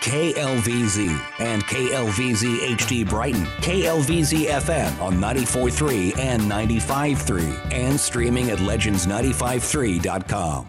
KLVZ and KLVZ HD Brighton, KLVZ FM on 94.3 and 95.3, and streaming at legends953.com.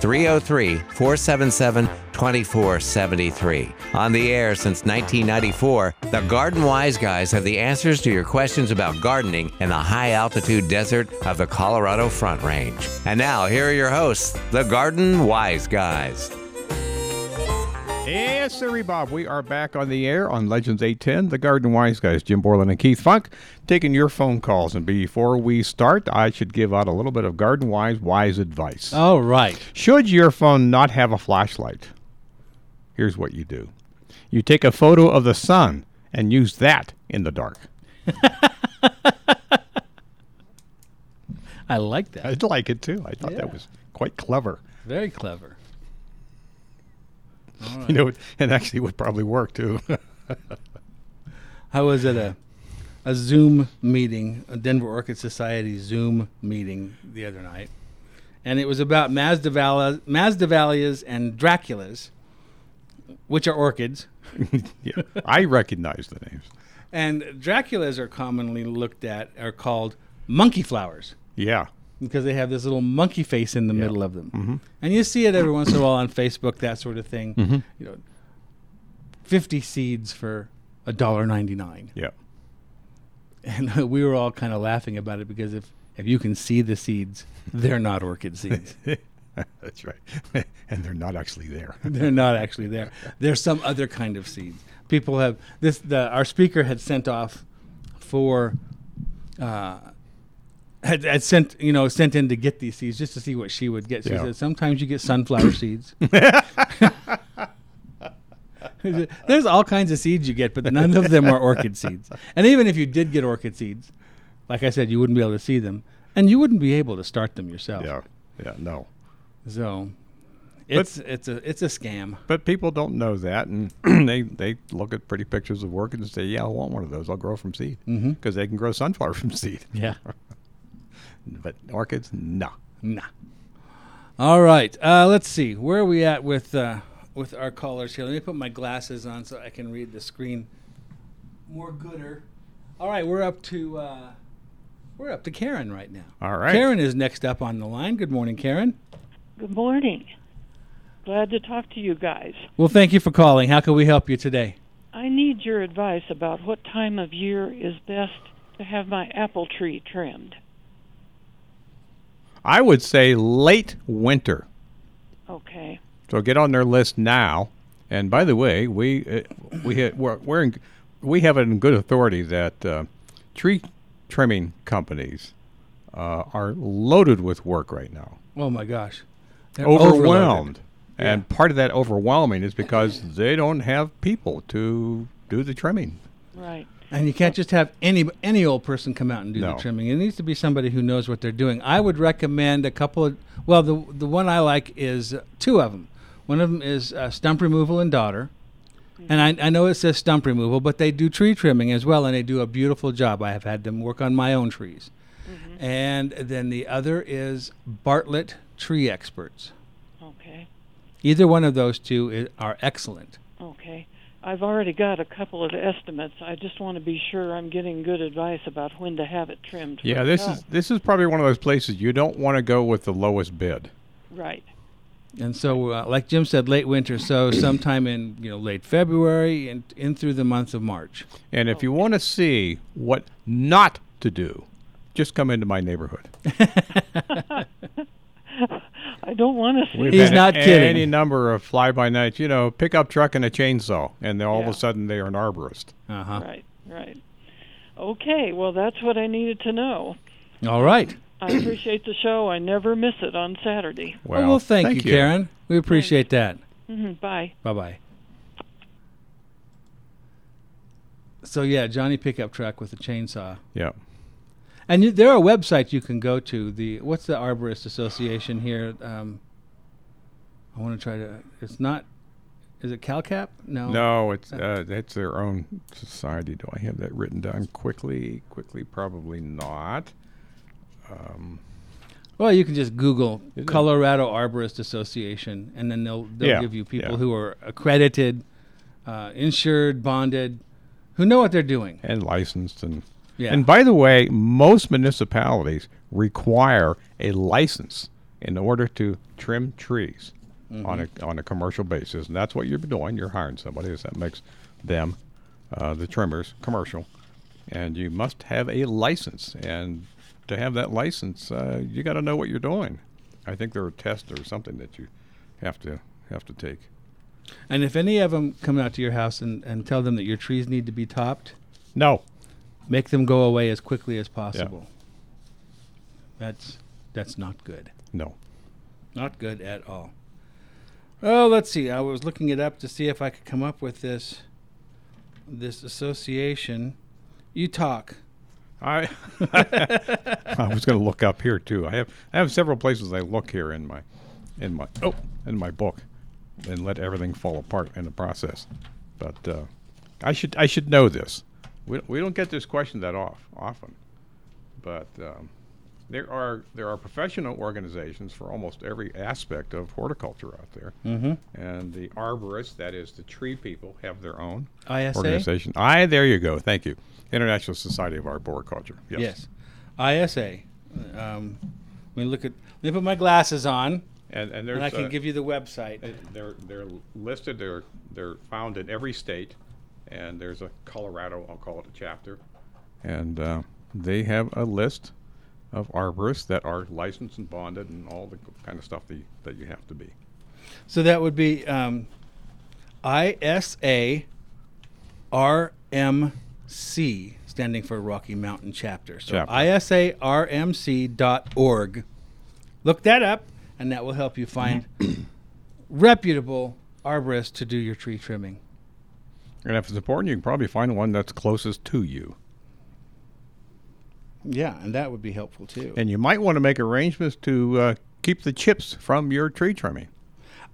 303 477 2473. On the air since 1994, the Garden Wise Guys have the answers to your questions about gardening in the high altitude desert of the Colorado Front Range. And now, here are your hosts, the Garden Wise Guys. Yes, sir, Bob. We are back on the air on Legends 810, the Garden Wise Guys, Jim Borland and Keith Funk, taking your phone calls. And before we start, I should give out a little bit of Garden Wise wise advice. All Oh, right. Should your phone not have a flashlight? Here's what you do you take a photo of the sun and use that in the dark. I like that. I'd like it too. I thought Yeah. that was quite clever. Very clever. You know, and actually would probably work too. I was at a a Zoom meeting, a Denver Orchid Society Zoom meeting the other night, and it was about Mazdavala, Mazdavalias and Draculas, which are orchids. yeah, I recognize the names. And Draculas are commonly looked at are called monkey flowers Yeah. because they have this little monkey face in the middle of them. Mm-hmm. And you see it every once in a while on Facebook, that sort of thing. Mm-hmm. You know, fifty seeds for a dollar ninety nine. Yeah. and we were all kind of laughing about it because if if you can see the seeds, they're not orchid seeds. That's right. Mm-hmm. and they're not actually there. they're not actually there. They're some other kind of seeds. People have this. The, our speaker had sent off for. Uh, had, had sent you know sent in to get these seeds just to see what she would get. She Yeah. said sometimes you get sunflower seeds. There's all kinds of seeds you get, but none of them are orchid seeds. And even if you did get orchid seeds, like I said, you wouldn't be able to see them, and you wouldn't be able to start them yourself. Yeah. Yeah. No. So, it's it's a it's a scam. But people don't know that, and they, they look at pretty pictures of orchids and say, "Yeah, I want one of those. I'll grow from seed because they can grow sunflower from seed." Mm-hmm. Yeah. But orchids, no. Nah. All right. Uh, let's see. Where are we at with uh, with our callers here? Let me put my glasses on so I can read the screen more gooder. All right, we're up to uh, we're up to Karen right now. All right. Karen is next up on the line. Good morning, Karen. Good morning. Glad to talk to you guys. Well, thank you for calling. How can we help you today? I need your advice about what time of year is best to have my apple tree trimmed. I would say late winter. Okay. So get on their list now. And by the way, we uh, we ha- we're, we're in, we have it in good authority that uh, tree trimming companies uh, are loaded with work right now. Oh my gosh. They're overwhelmed. overloaded. And part of that overwhelming is because they don't have people to do the trimming. Right. And you can't just have any any old person come out and do No. the trimming. It needs to be somebody who knows what they're doing. I would recommend a couple of well, the the one I like is uh, two of them. One of them is uh, stump removal and daughter, and I, I know it says stump removal, but they do tree trimming as well, and they do a beautiful job. I have had them work on my own trees, and then the other is Bartlett Tree Experts. Okay. Either one of those two i are excellent. Okay. I've already got a couple of estimates. I just want to be sure I'm getting good advice about when to have it trimmed. for Yeah, the this top. is this is probably one of those places you don't want to go with the lowest bid. right. And so, uh, like Jim said, late winter. So sometime in you know late February and in through the month of March. And if you want to see what not to do, just come into my neighborhood. I don't want to see. We've He's had not a- kidding. Any number of fly by nights, you know, pickup truck and a chainsaw, and then all Yeah. of a sudden they are an arborist. Uh huh. Right. Right. Okay. Well, that's what I needed to know. All right. I appreciate the show. I never miss it on Saturday. Well, Oh, well thank, you, Karen. We appreciate that. Mhm, Bye. Bye bye. So yeah, Johnny pickup truck with a chainsaw. Yeah. And you, there are websites you can go to. The what's the Arborist Association here? Um, I want to try to. It's not. Is it CalCap? No. No, it's uh, that's their own society. Do I have that written down quickly? Quickly, probably not. Um, Well, you can just Google it? Colorado Arborist Association, and then they'll they'll Yeah, give you people yeah. who are accredited, uh, insured, bonded, who know what they're doing. And licensed and Yeah. and by the way, most municipalities require a license in order to trim trees Mm-hmm. on a on a commercial basis, and that's what you're doing. You're hiring somebody, so that makes them uh, the trimmers commercial, and you must have a license. And to have that license, uh, you got to know what you're doing. I think there are tests or something that you have to have to take. And if any of them come out to your house and, and tell them that your trees need to be topped, No, make them go away as quickly as possible. That's that's not good. no. Not good at all. Oh, let's see. I was looking it up to see if I could come up with this this association. You talk. I I was going to look up here too. I have I have several places I look here in my in my oh in my book and let everything fall apart in the process. But uh, I should I should know this. We we don't get this question that off often, but um, there are there are professional organizations for almost every aspect of horticulture out there. Mm-hmm. And the arborists, that is the tree people, have their own ISA? organization. I there you go. Thank you. International Society of Arboriculture. Yes. Yes. ISA. Um, let me look at. Let me put my glasses on, And and there's and I uh, can give you the website. they're they're listed. They're they're found in every state, and there's a Colorado. I'll call it a chapter. And uh, they have a list of arborists that are licensed and bonded and all the kind of stuff that you, that you have to be. So that would be um, ISA RMC, standing for Rocky Mountain Chapter. So Chapter. isarmc.org. Look that up, and that will help you find reputable arborists to do your tree trimming. And if it's important, you can probably find one that's closest to you. Yeah, and that would be helpful too. And you might want to make arrangements to uh, keep the chips from your tree trimming.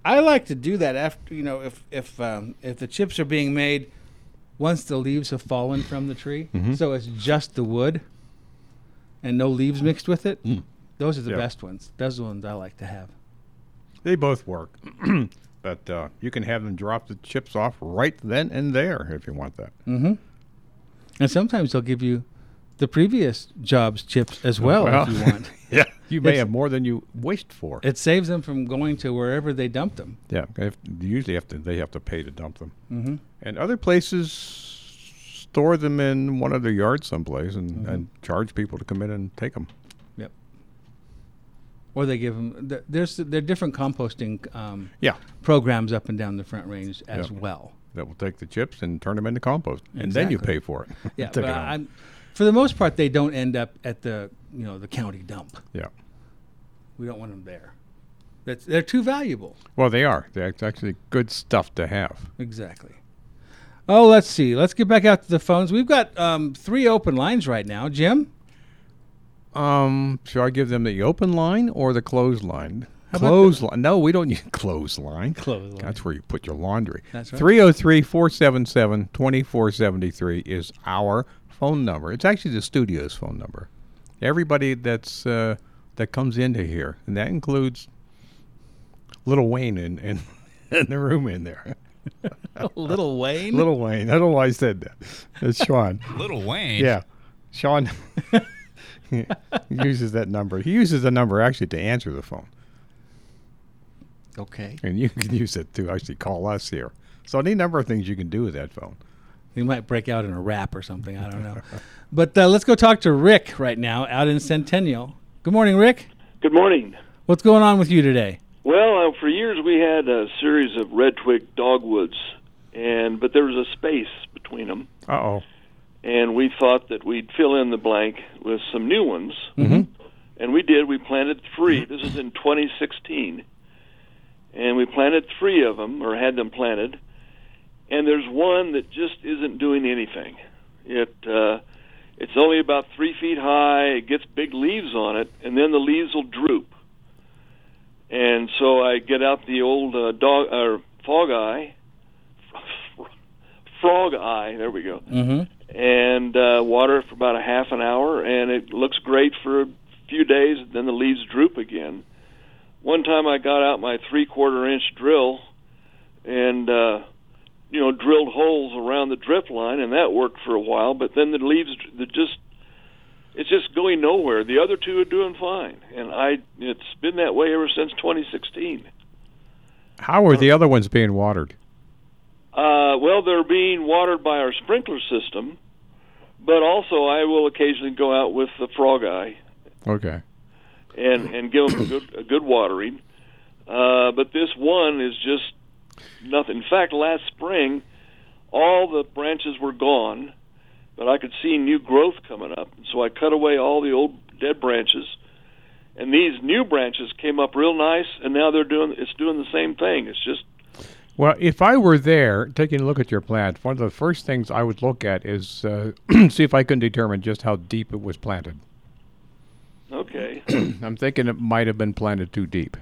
I like to do that after you know if if um, if the chips are being made once the leaves have fallen from the tree, Mm-hmm. so it's just the wood and no leaves mixed with it. Those are the Mm. Yeah. best ones. Those are the ones I like to have. They both work, but uh, you can have them drop the chips off right then and there if you want that. And sometimes they'll give you the previous job's chips as well, Oh, Well. if you want. Yeah, you may It's- have more than you wished for. it saves them from going to wherever they dumped them. Yeah, they have- they usually have to they have to pay to dump them. Mm-hmm. And other places store them in one of their yards someplace and, and Mm-hmm. charge people to come in and take them. Yep. Or they give them. There's there are different composting um, Yeah, programs up and down the Front Range as Yeah. well. that will take the chips and turn them into compost, and then you Exactly. pay for it. Yeah, Take it but home. I'm, for the most part, they don't end up at the you know the county dump. yeah. We don't want them there. That's they're too valuable. Well, they are. They're act- actually good stuff to have. Exactly. Oh, let's see. Let's get back out to the phones. We've got um, three open lines right now. Jim, Um, should I give them the open line or the closed line? about Closed line. No, we don't need closed line. Closed line. That's where you put your laundry. That's right. 303-477-2473 is our phone number. It's actually the studio's phone number. Everybody that's uh, that comes into here, and that includes Little Wayne in in, in the room in there. Little Wayne. Little Wayne. I don't know why I said that. It's Sean. Little Wayne. Yeah. Sean uses that number. He uses the number actually to answer the phone. Okay. And you can use it to actually call us here. So any number of things you can do with that phone. He might break out in a rap or something. I don't know. but uh, let's go talk to Rick right now out in Centennial. Good morning, Rick. Good morning. What's going on with you today? Well, uh, for years we had a series of red twig dogwoods, and but there was a space between them, Uh oh. and we thought that we'd fill in the blank with some new ones, mm-hmm. and we did. We planted three. This is in 2016, and we planted three of them, or had them planted, and there's one that just isn't doing anything. It uh, it's only about three feet high. It gets big leaves on it, and then the leaves will droop. And so I get out the old uh, dog or fog eye, frog eye. There we go. Mhm. And uh, water it for about a half an hour, and it looks great for a few days. Then the leaves droop again. One time I got out my three-quarter inch drill, and uh, you know drilled holes around the drip line, and that worked for a while. But then the leaves, the just it's just going nowhere. The other two are doing fine, and I it's been that way ever since 2016. How are the other ones being watered? Uh, well, they're being watered by our sprinkler system, but also I will occasionally go out with the frog eye Okay. and and give them a good a good watering. Uh, but this one is just nothing. In fact, last spring, all the branches were gone, but I could see new growth coming up. So I cut away all the old dead branches, and these new branches came up real nice. And now they're doing it's doing the same thing. It's just Well, if I were there taking a look at your plant, one of the first things I would look at is uh, see if I can determine just how deep it was planted. okay, I'm thinking it might have been planted too deep.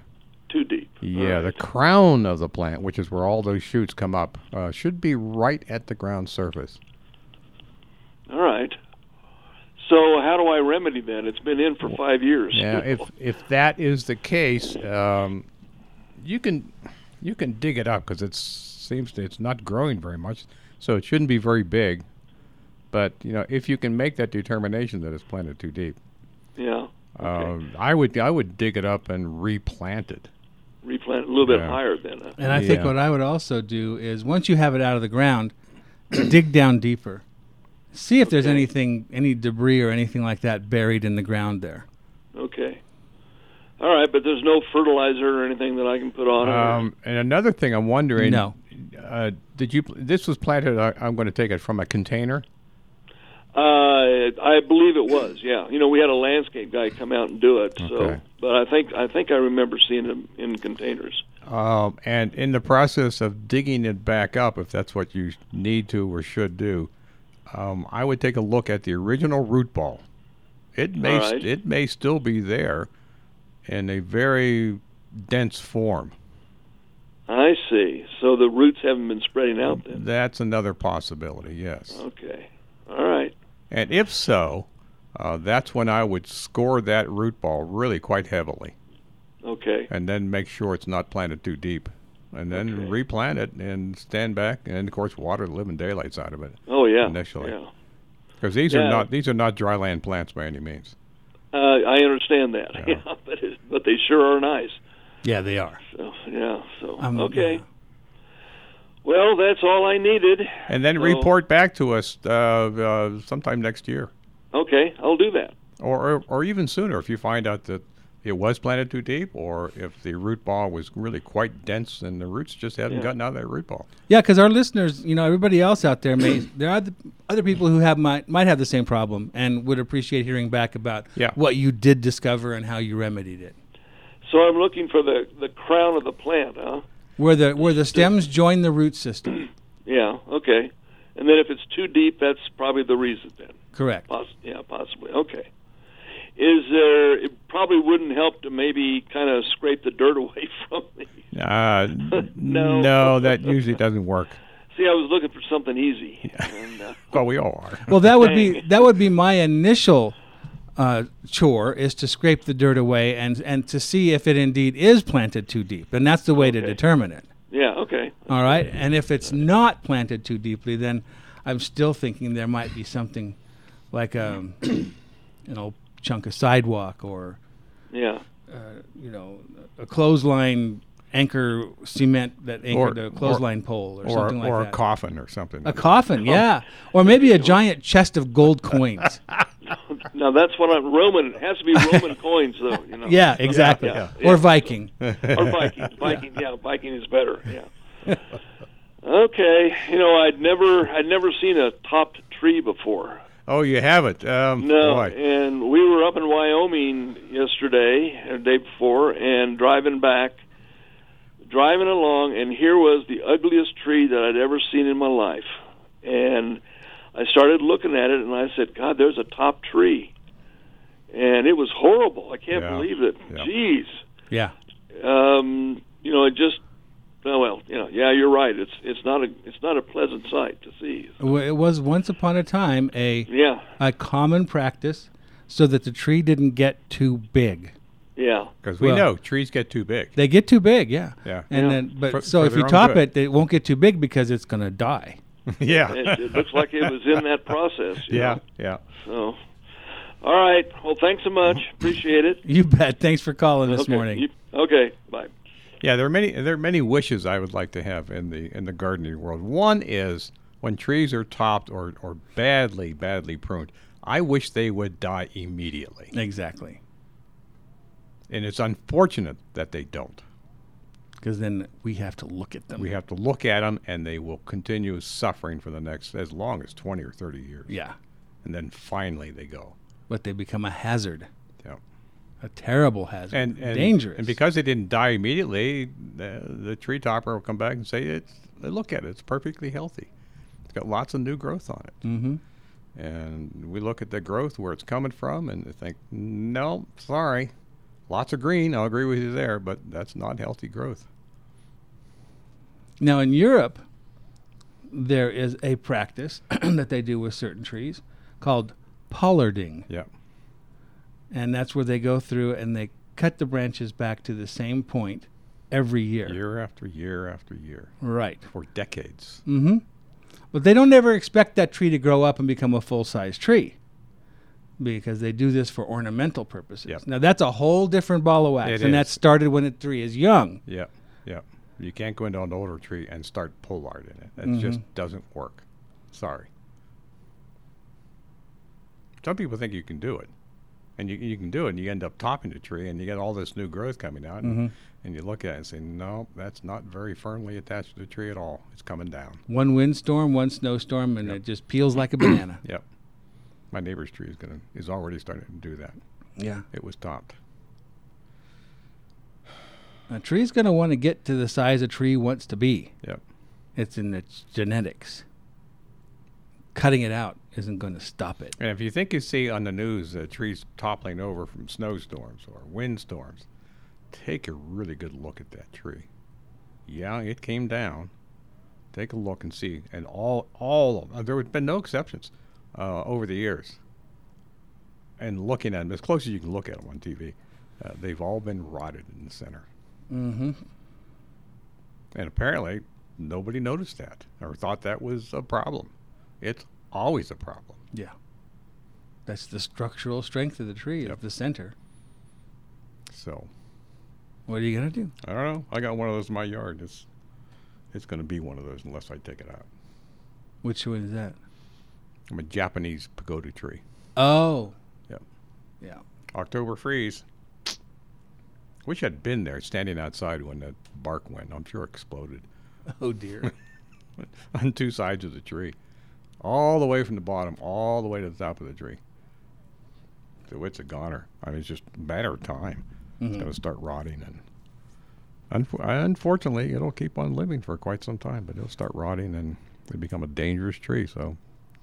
too deep. Yeah, All the right. crown of the plant, which is where all those shoots come up, uh, should be right at the ground surface. All right. So how do I remedy that? It's been in for five years. Yeah, if if that is the case, um, you can you can dig it up because it seems to, it's not growing very much, so it shouldn't be very big. But you know, if you can make that determination that it's planted too deep, yeah. Okay. uh, I would I would dig it up and replant it. Replant a little bit yeah. higher then. Huh? And I think Yeah. what I would also do is once you have it out of the ground, dig down deeper. See if there's Okay. anything, any debris or anything like that buried in the ground there. Okay. All right, but there's no fertilizer or anything that I can put on it. Um, and another thing I'm wondering, No. uh, did you pl- this was planted? I, I'm going to take it from a container. Uh, I believe it was. Yeah, you know, we had a landscape guy come out and do it. So, Okay. but I think I think I remember seeing them in containers. Um, and in the process of digging it back up, if that's what you need to or should do, um, I would take a look at the original root ball. It may All right. it may still be there, in a very dense form. I see. So the roots haven't been spreading out then. That's another possibility. Yes. Okay. All right. And if so, uh, that's when I would score that root ball really quite heavily, Okay. and then make sure it's not planted too deep, and then Okay. replant it and stand back, and of course water the living daylights out of it. Oh yeah. Initially. Yeah. Because these Yeah. are not these are not dry land plants by any means. Uh, I understand that. Yeah. Yeah. but it, but they sure are nice. Yeah, they are. So yeah. So Um, uh, okay. yeah. Well, that's all I needed. And then So- report back to us uh, uh, sometime next year, Okay, I'll do that. or, or or even sooner if you find out that it was planted too deep, or if the root ball was really quite dense and the roots just haven't Yeah. gotten out of that root ball. Yeah, because our listeners, you know, everybody else out there may there are the, other people who have might might have the same problem and would appreciate hearing back about Yeah. what you did discover and how you remedied it. So I'm looking for the the crown of the plant, huh? Where the where the stems join the root system. Yeah. Okay. And then if it's too deep, that's probably the reason then. Correct. Poss- yeah, possibly. Okay. Is there? It probably wouldn't help to maybe kind of scrape the dirt away from me. Uh, No. no, that usually doesn't work. See, I was looking for something easy. And, uh, Well, we all are. Well, that would be that would be my initial uh, chore is to scrape the dirt away and and to see if it indeed is planted too deep, and that's the way to determine it. yeah. Okay. All right, and if it's not planted too deeply, then I'm still thinking there might be something like a an old chunk of sidewalk or Yeah. Uh, you know a clothesline anchor cement that anchored a clothesline pole or, Or, something like or that. a coffin or something. a coffin, Oh. yeah, or maybe a giant chest of gold coins. Now that's what I'm Roman. It has to be Roman coins, though. You know. Yeah, exactly. yeah, Or yeah. Viking. or Viking. Viking, yeah. Viking is better. Yeah. okay, you know, I'd never, I'd never seen a topped tree before. oh, you have it. Um, No, boy. and we were up in Wyoming yesterday or the day before, and driving back, driving along, and here was the ugliest tree that I'd ever seen in my life, and I started looking at it and I said, God, there's a top tree. And it was horrible. I can't Yeah. believe it. Yeah. Jeez. Yeah. Um, you know, it just oh well, you know, yeah, you're right. It's it's not a it's not a pleasant sight to see. Well, It was once upon a time a Yeah. a common practice so that the tree didn't get too big. Yeah. Because we Well- know trees get too big. They get too big, yeah. Yeah. And Yeah. then but For- so for if their you own top good. it, it won't get too big because it's going to die. yeah. It, it looks like it was in that process. you Yeah. know? Yeah. So all right. Well, thanks so much. Appreciate it. You bet. Thanks for calling this okay. morning. you- okay. Bye. Yeah, there are many there are many wishes I would like to have in the in the gardening world. One is when trees are topped or, or badly, badly pruned, I wish they would die immediately. Exactly. And it's unfortunate that they don't. Because then we have to look at them. We have to look at them and they will continue suffering for the next as long as 20 or 30 years. yeah. And then finally they go. But they become a hazard, Yeah. a terrible hazard, And, and dangerous. And because they didn't die immediately, the, the tree topper will come back and say it's look at it, it's perfectly healthy. It's got lots of new growth on it. hmm and we look at the growth where it's coming from and think no sorry lots of green i'll agree with you there but that's not healthy growth Now in Europe, there is a practice that they do with certain trees called pollarding. yeah and that's where they go through and they cut the branches back to the same point every year. year after year after year Right. for decades Mm-hmm. But they don't ever expect that tree to grow up and become a full-size tree because they do this for ornamental purposes. Yep. Now that's a whole different ball of wax, It and that is. started when a tree is young. yeah yeah you can't go into an older tree and start pollard in it that just doesn't work sorry some people think you can do it and you, you can do it and you end up topping the tree and you get all this new growth coming out and, and you look at it and say no that's not very firmly attached to the tree at all it's coming down One windstorm, one snowstorm, and it just peels like a banana. Yep. My neighbor's tree is gonna is already starting to do that. yeah. It was topped. A tree's going to want to get to the size a tree wants to be. Yep. It's in its genetics. Cutting it out isn't going to stop it. And if you think you see on the news uh, trees toppling over from snowstorms or windstorms, take a really good look at that tree. Yeah, it came down. Take a look and see, and all all of uh, there have been no exceptions uh, over the years. And looking at them as close as you can look at them on TV, uh, they've all been rotted in the center. Mm-hmm. And apparently, nobody noticed that or thought that was a problem. It's always a problem. Yeah. That's the structural strength of the tree, Yep. of the center. So What are you going to do? I don't know. I got one of those in my yard. It's it's going to be one of those unless I take it out. Which one is that? I'm a Japanese pagoda tree. Oh. Yep. Yeah. October freeze. Wish I'd been there, standing outside when that bark went. I'm sure it exploded Oh, dear. on two sides of the tree, all the way from the bottom, all the way to the top of the tree. So it's a goner. I mean, it's just a matter of time. Mm-hmm. It's going to start rotting, and unf- unfortunately, it'll keep on living for quite some time. But it'll start rotting, and it become a dangerous tree. So,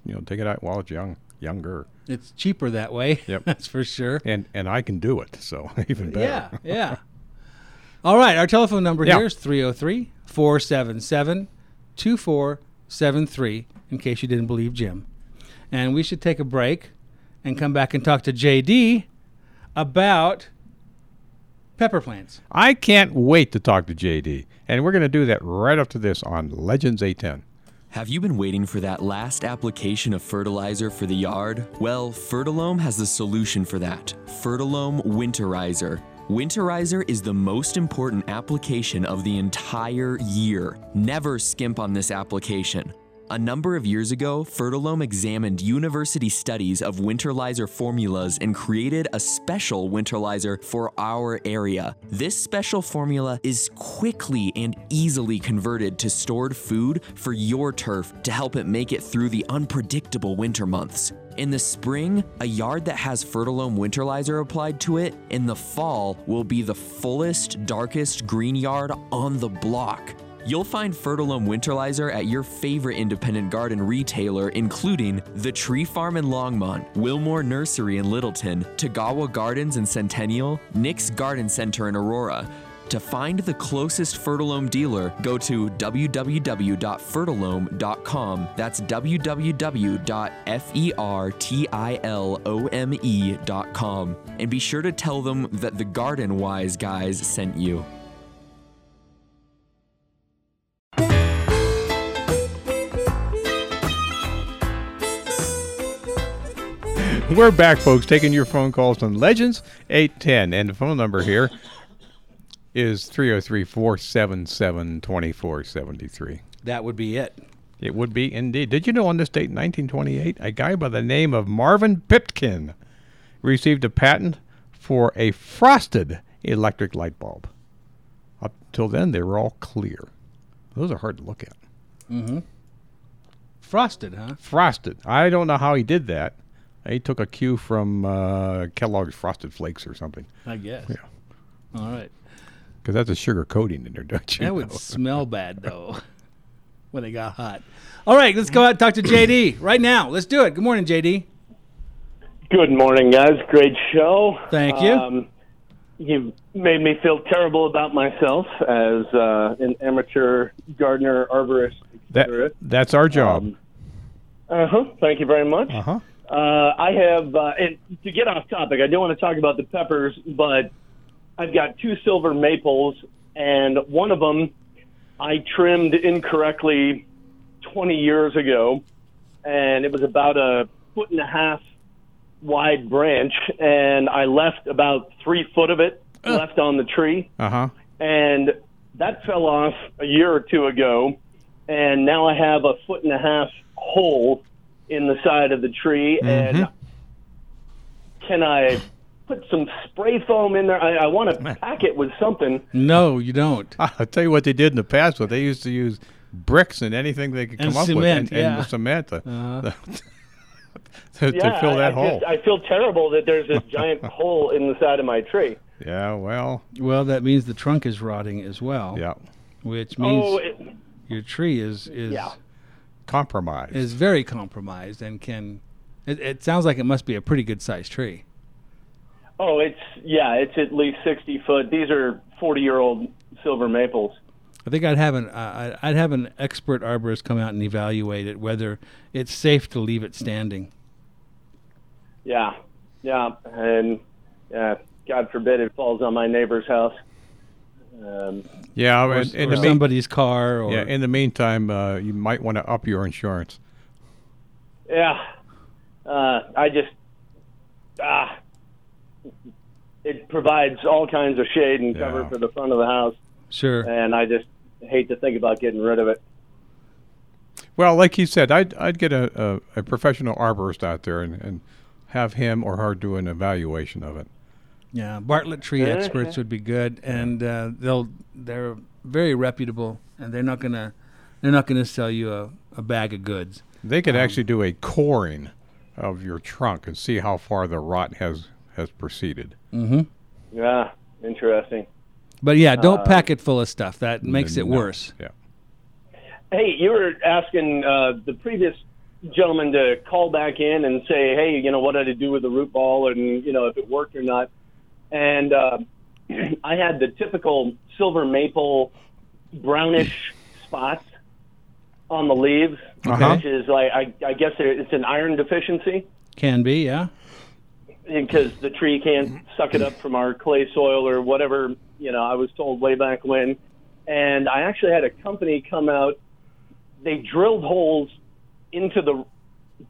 you know, take it out while it's young, younger. it's cheaper that way. Yep. That's for sure. And and I can do it. So even better. Yeah. uh, Yeah. All right. Our telephone number Yeah. here is 303 477 2473, in case you didn't believe Jim. And we should take a break and come back and talk to JD about pepper plants. I can't wait to talk to JD, and we're going to do that right after this on Legends A10. Have you been waiting for that last application of fertilizer for the yard? Well, Fertilome has the solution for that Fertilome Winterizer. Winterizer is the most important application of the entire year. Never skimp on this application. A number of years ago, Fertilome examined university studies of winterlizer formulas and created a special winterlizer for our area. This special formula is quickly and easily converted to stored food for your turf to help it make it through the unpredictable winter months. In the spring, a yard that has Fertilome Winterlizer applied to it in the fall will be the fullest, darkest green yard on the block. You'll find Fertilome Winterlizer at your favorite independent garden retailer, including The Tree Farm in Longmont, Wilmore Nursery in Littleton, Tagawa Gardens in Centennial, Nick's Garden Center in Aurora. To find the closest Fertilome dealer, go to www.fertilome.com. That's E www.fertilome.com. E And be sure to tell them that the Garden Wise guys sent you. We're back, folks, taking your phone calls on Legends 810. And the phone number here is 303 477 2473. That would be it. It would be indeed. Did you know on this date, in 1928, a guy by the name of Marvin Pitkin received a patent for a frosted electric light bulb? Up till then, they were all clear. Those are hard to look at. Mm-hmm. Frosted, huh? Frosted. I don't know how he did that. He took a cue from uh, Kellogg's Frosted Flakes or something, I guess. All right. because that's a sugar coating in there, don't you? That would know? smell bad though when it got hot. All right, let's go out and talk to JD right now. Let's do it. Good morning, JD. Good morning, guys. Great show. Thank you. Um, you made me feel terrible about myself as uh, an amateur gardener, arborist, etc. That, that's our job. um, Uh huh. Thank you very much. uh huh. Uh, I have, uh, and to get off topic, I don't want to talk about the peppers, but I've got two silver maples, and one of them I trimmed incorrectly 20 years ago, and it was about a foot and a half wide branch, and I left about three foot of it left on the tree Uh huh. and that fell off a year or two ago, and now I have a foot and a half hole in the side of the tree, Mm-hmm. and can I put some spray foam in there? I, I want to pack it with something. No, you don't. I'll tell you what they did in the past. What they used to use bricks and anything they could And come up with, cement, and, and yeah. Uh-huh. cement to, to- to Yeah, fill I- that I, hole. Just, I feel terrible that there's this giant hole in the side of my tree. yeah. Well. Well, that means the trunk is rotting as well. Yeah. Which means Oh, it, your tree is is Yeah. Compromise. is very compromised and can. It, it sounds like it must be a pretty good sized tree. oh, it's yeah, it's at least sixty foot. These are forty year old silver maples. I think I'd have an uh, I'd I'd have an expert arborist come out and evaluate it whether it's safe to leave it standing. Yeah, yeah, and yeah, God forbid it falls on my neighbor's house. Um, yeah. Or, and- and or the main- somebody's car or yeah. In the meantime, uh, you might want to up your insurance. yeah, uh, I just ah, it provides all kinds of shade and cover Yeah. for the front of the house, sure. and I just hate to think about getting rid of it. Well, like he said, I'd I'd get a, a, a professional arborist out there and, and have him or her do an evaluation of it. Yeah, Bartlett tree experts would be good, and uh, they'll they're very reputable, and they're not gonna they're not gonna sell you uh, a, a bag of goods. Um, They could actually do a coring of your trunk and see how far the rot has has proceeded. Yeah, interesting. But yeah, don't pack it full of stuff. That makes it No. worse. Yeah. Hey, you were asking uh, the previous gentleman to call back in and say, hey, you know, what did I do with the root ball and, you know, if it worked or not. And uh, I had the typical silver maple brownish spots on the leaves, Uh-huh. which is like, I, I guess there- it's an iron deficiency Can be, yeah. because the tree can't Mm-hmm. suck it up from our clay soil or whatever you know I was told way back when. And I actually had a company come out. They drilled holes into the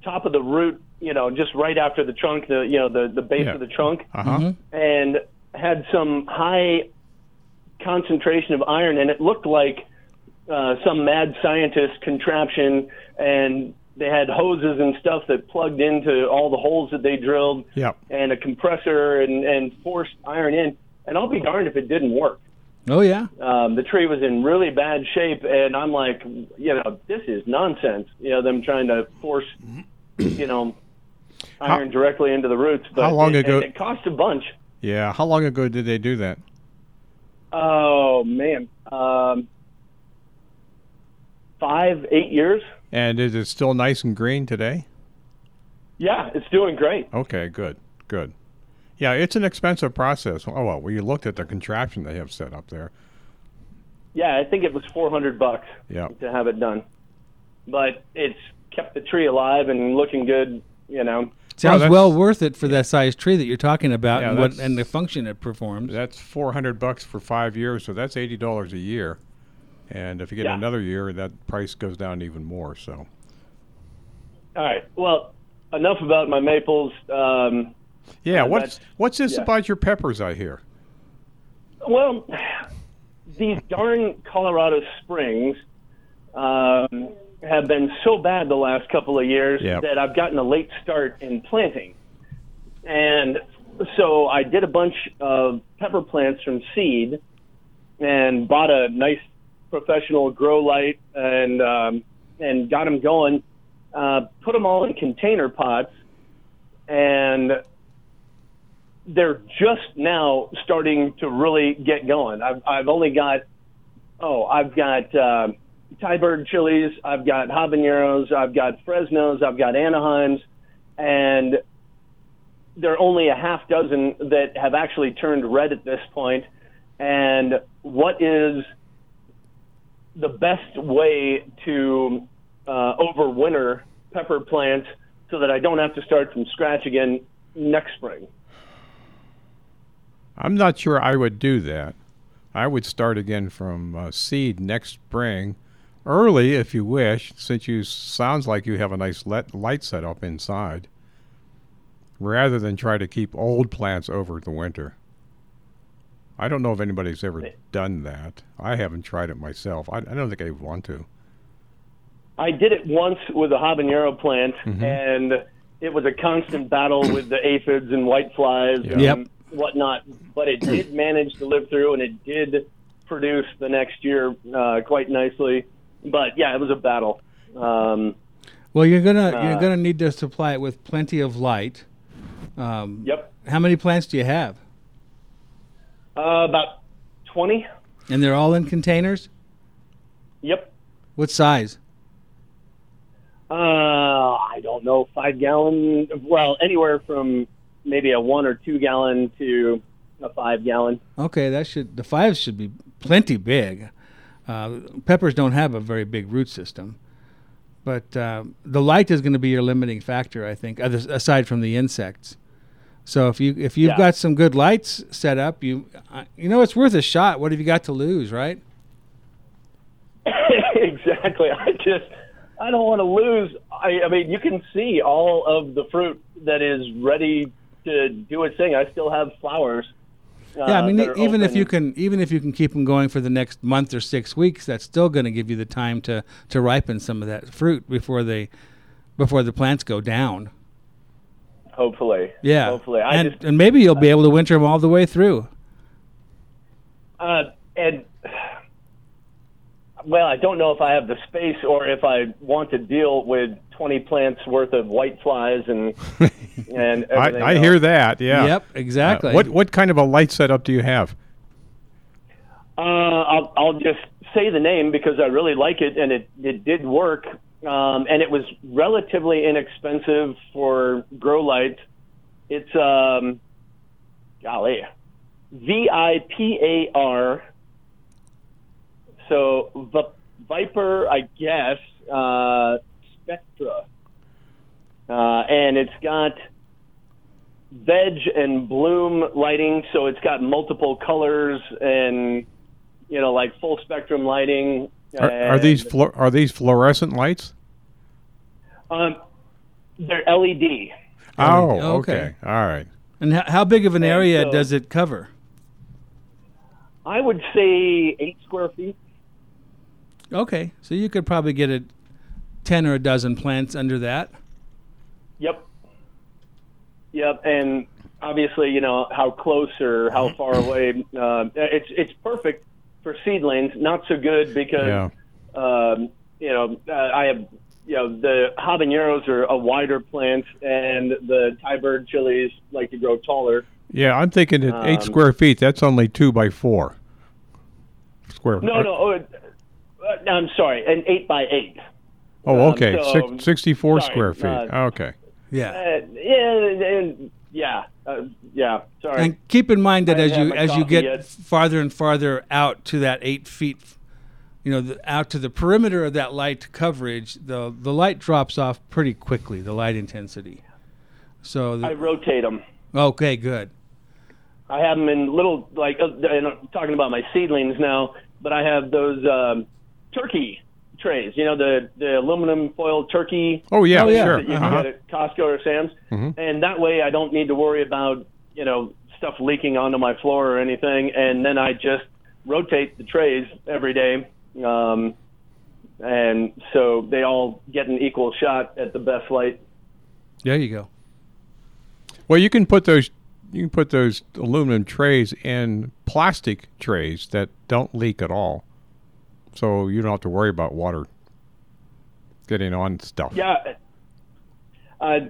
top of the root, you know, just right after the trunk, the you know the the base Yeah. of the trunk, Uh huh. Mm-hmm. and had some high concentration of iron, and it looked like uh, some mad scientist contraption, and they had hoses and stuff that plugged into all the holes that they drilled Yeah. and a compressor and, and forced iron in. And I'll be darned if it didn't work. Oh yeah, Um, the tree was in really bad shape, and I'm like, you know, this is nonsense. You know, them trying to force, you know, iron directly into the roots. But Mm-hmm. How long it, ago- It, it cost a bunch. Yeah. How long ago did they do that? Oh man, um, five, eight years. And is it still nice and green today? Yeah, it's doing great. Okay, good, good. Yeah, it's an expensive process. Oh well, we looked at the contraption they have set up there. Yeah, I think it was 400 bucks Yeah, to have it done, but it's kept the tree alive and looking good. You know, Sounds that's- well worth it for that size tree that you're talking about Yeah, and what that's- and the function it performs. that's 400 bucks for five years, so that's 80 dollars a year. And if you get Yeah. another year, that price goes down even more. So all right. Well, enough about my maples. Um, yeah, Uh, what's that's- what's this yeah. about your peppers? I hear. Well, these darn Colorado Springs um, have been so bad the last couple of years Yep. that I've gotten a late start in planting. And so I did a bunch of pepper plants from seed and bought a nice professional grow light and um, and got them going. Uh, put them all in container pots and they're just now starting to really get going. I've, I've only got, oh, I've got uh, Thai bird chilies, I've got habaneros, I've got Fresnos, I've got Anaheims, and there are only a half dozen that have actually turned red at this point. And what is the best way to uh, overwinter pepper plants so that I don't have to start from scratch again next spring? I'm not sure I would do that. I would start again from uh, seed next spring, early if you wish, since you sounds like you have a nice let, light set up inside, rather than try to keep old plants over the winter. I don't know if anybody's ever done that. I haven't tried it myself. I, I don't think I would want to. I did it once with a habanero plant, and it was a constant battle with the aphids and whiteflies and Yep. whatnot. But it did manage to live through, and it did produce the next year uh, quite nicely. But yeah, it was a battle. Um, Well, you're gonna you're gonna need to supply it with plenty of light. Um, yep, How many plants do you have? uh, about twenty. And they're all in containers. Yep, What size? uh, I don't know, five gallon. Well, anywhere from maybe a one or two gallon to a five gallon. Okay, that should the fives should be plenty big. Uh, peppers don't have a very big root system, but uh, the light is going to be your limiting factor, I think. Other, aside from the insects, so if you if you've Yeah. got some good lights set up, you I you know it's worth a shot. What have you got to lose, right? exactly. I just I don't want to lose. I, I mean, you can see all of the fruit that is ready to do its thing. I still have flowers. uh, Yeah, I mean, that e- are even if open. you can, even if you can keep them going for the next month or six weeks, that's still going to give you the time to to ripen some of that fruit before they, before the plants go down. hopefully, Yeah, hopefully, I and just and maybe you'll be able to winter them all the way through. uh, and well, I don't know if I have the space or if I want to deal with twenty plants worth of white flies and and everything I, I else. hear that. Yeah. Yep, Uh, exactly. what what kind of a light setup do you have? Uh, I'll, I'll just say the name because I really like it, and it, it did work. Um, and it was relatively inexpensive for grow light. It's, um, golly, V I P A R. So v- Viper, I guess, uh, Spectra. Uh, and it's got veg and bloom lighting, so it's got multiple colors and you know like full spectrum lighting. Are, are and, these flu- are these fluorescent lights? um, they're E LED? Oh, Okay. okay. All right. and how, how big of an area so- does it cover? I would say eight square feet. Okay, so you could probably get a ten or a dozen plants under that. Yep. Yep, and obviously you know how close or how Mm-hmm. far away. Um it's it's perfect for seedlings. Not so good because. Yeah. um, you know, uh, I have, you know, the habaneros are a wider plant, and the Thai bird chilies like to grow taller. Yeah, I'm thinking at eight Um, square feet. That's only two by four square. No, uh, no, oh, it- uh, I'm sorry, an eight by eight. Oh, Um, okay. so- Six, 64 sorry, square feet. uh, okay. Yeah. Uh, and, and yeah, uh, yeah. Sorry. And keep in mind that I as haven't you had as you coffee get yet. farther and farther out to that eight feet, you know, the, out to the perimeter of that light coverage, the the light drops off pretty quickly. The light intensity. So I the, rotate them. okay, good. I have them in little like. Uh, and I'm talking about my seedlings now, but I have those um, turkey trays. You know the the aluminum foil turkey. Oh, yeah, yeah. sure. that you Uh-huh. can get at Costco or Sam's, Mm-hmm. and that way I don't need to worry about you know stuff leaking onto my floor or anything. And then I just rotate the trays every day, um, and so they all get an equal shot at the best light. There you go. Well, you can put those you can put those aluminum trays in plastic trays that don't leak at all, so you don't have to worry about water getting on stuff. Yeah, uh,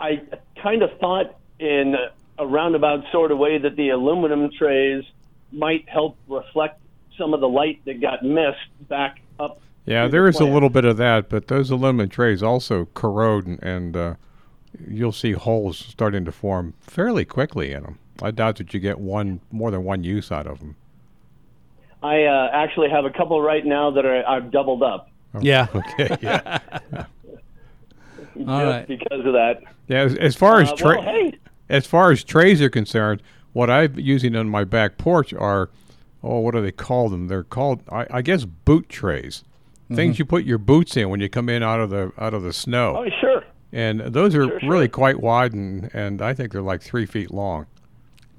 I kind of thought in a roundabout sort of way that the aluminum trays might help reflect some of the light that got missed back up. Yeah, to the there is a plant. little bit of that, but those aluminum trays also corrode, and, and uh, you'll see holes starting to form fairly quickly in them. I doubt that you get one more than one use out of them. I uh, actually have a couple right now that are I've doubled up Yeah. Okay, yeah. All right. because of that. yeah as, as far as Uh, tra- well, hey, as far as trays are concerned, what I'm using on my back porch are, oh, what do they call them? They're called, I, I guess, boot trays, things you put your boots in when you come in out of the out of the snow. oh sure, And those are really quite wide, and and I think they're like three feet long.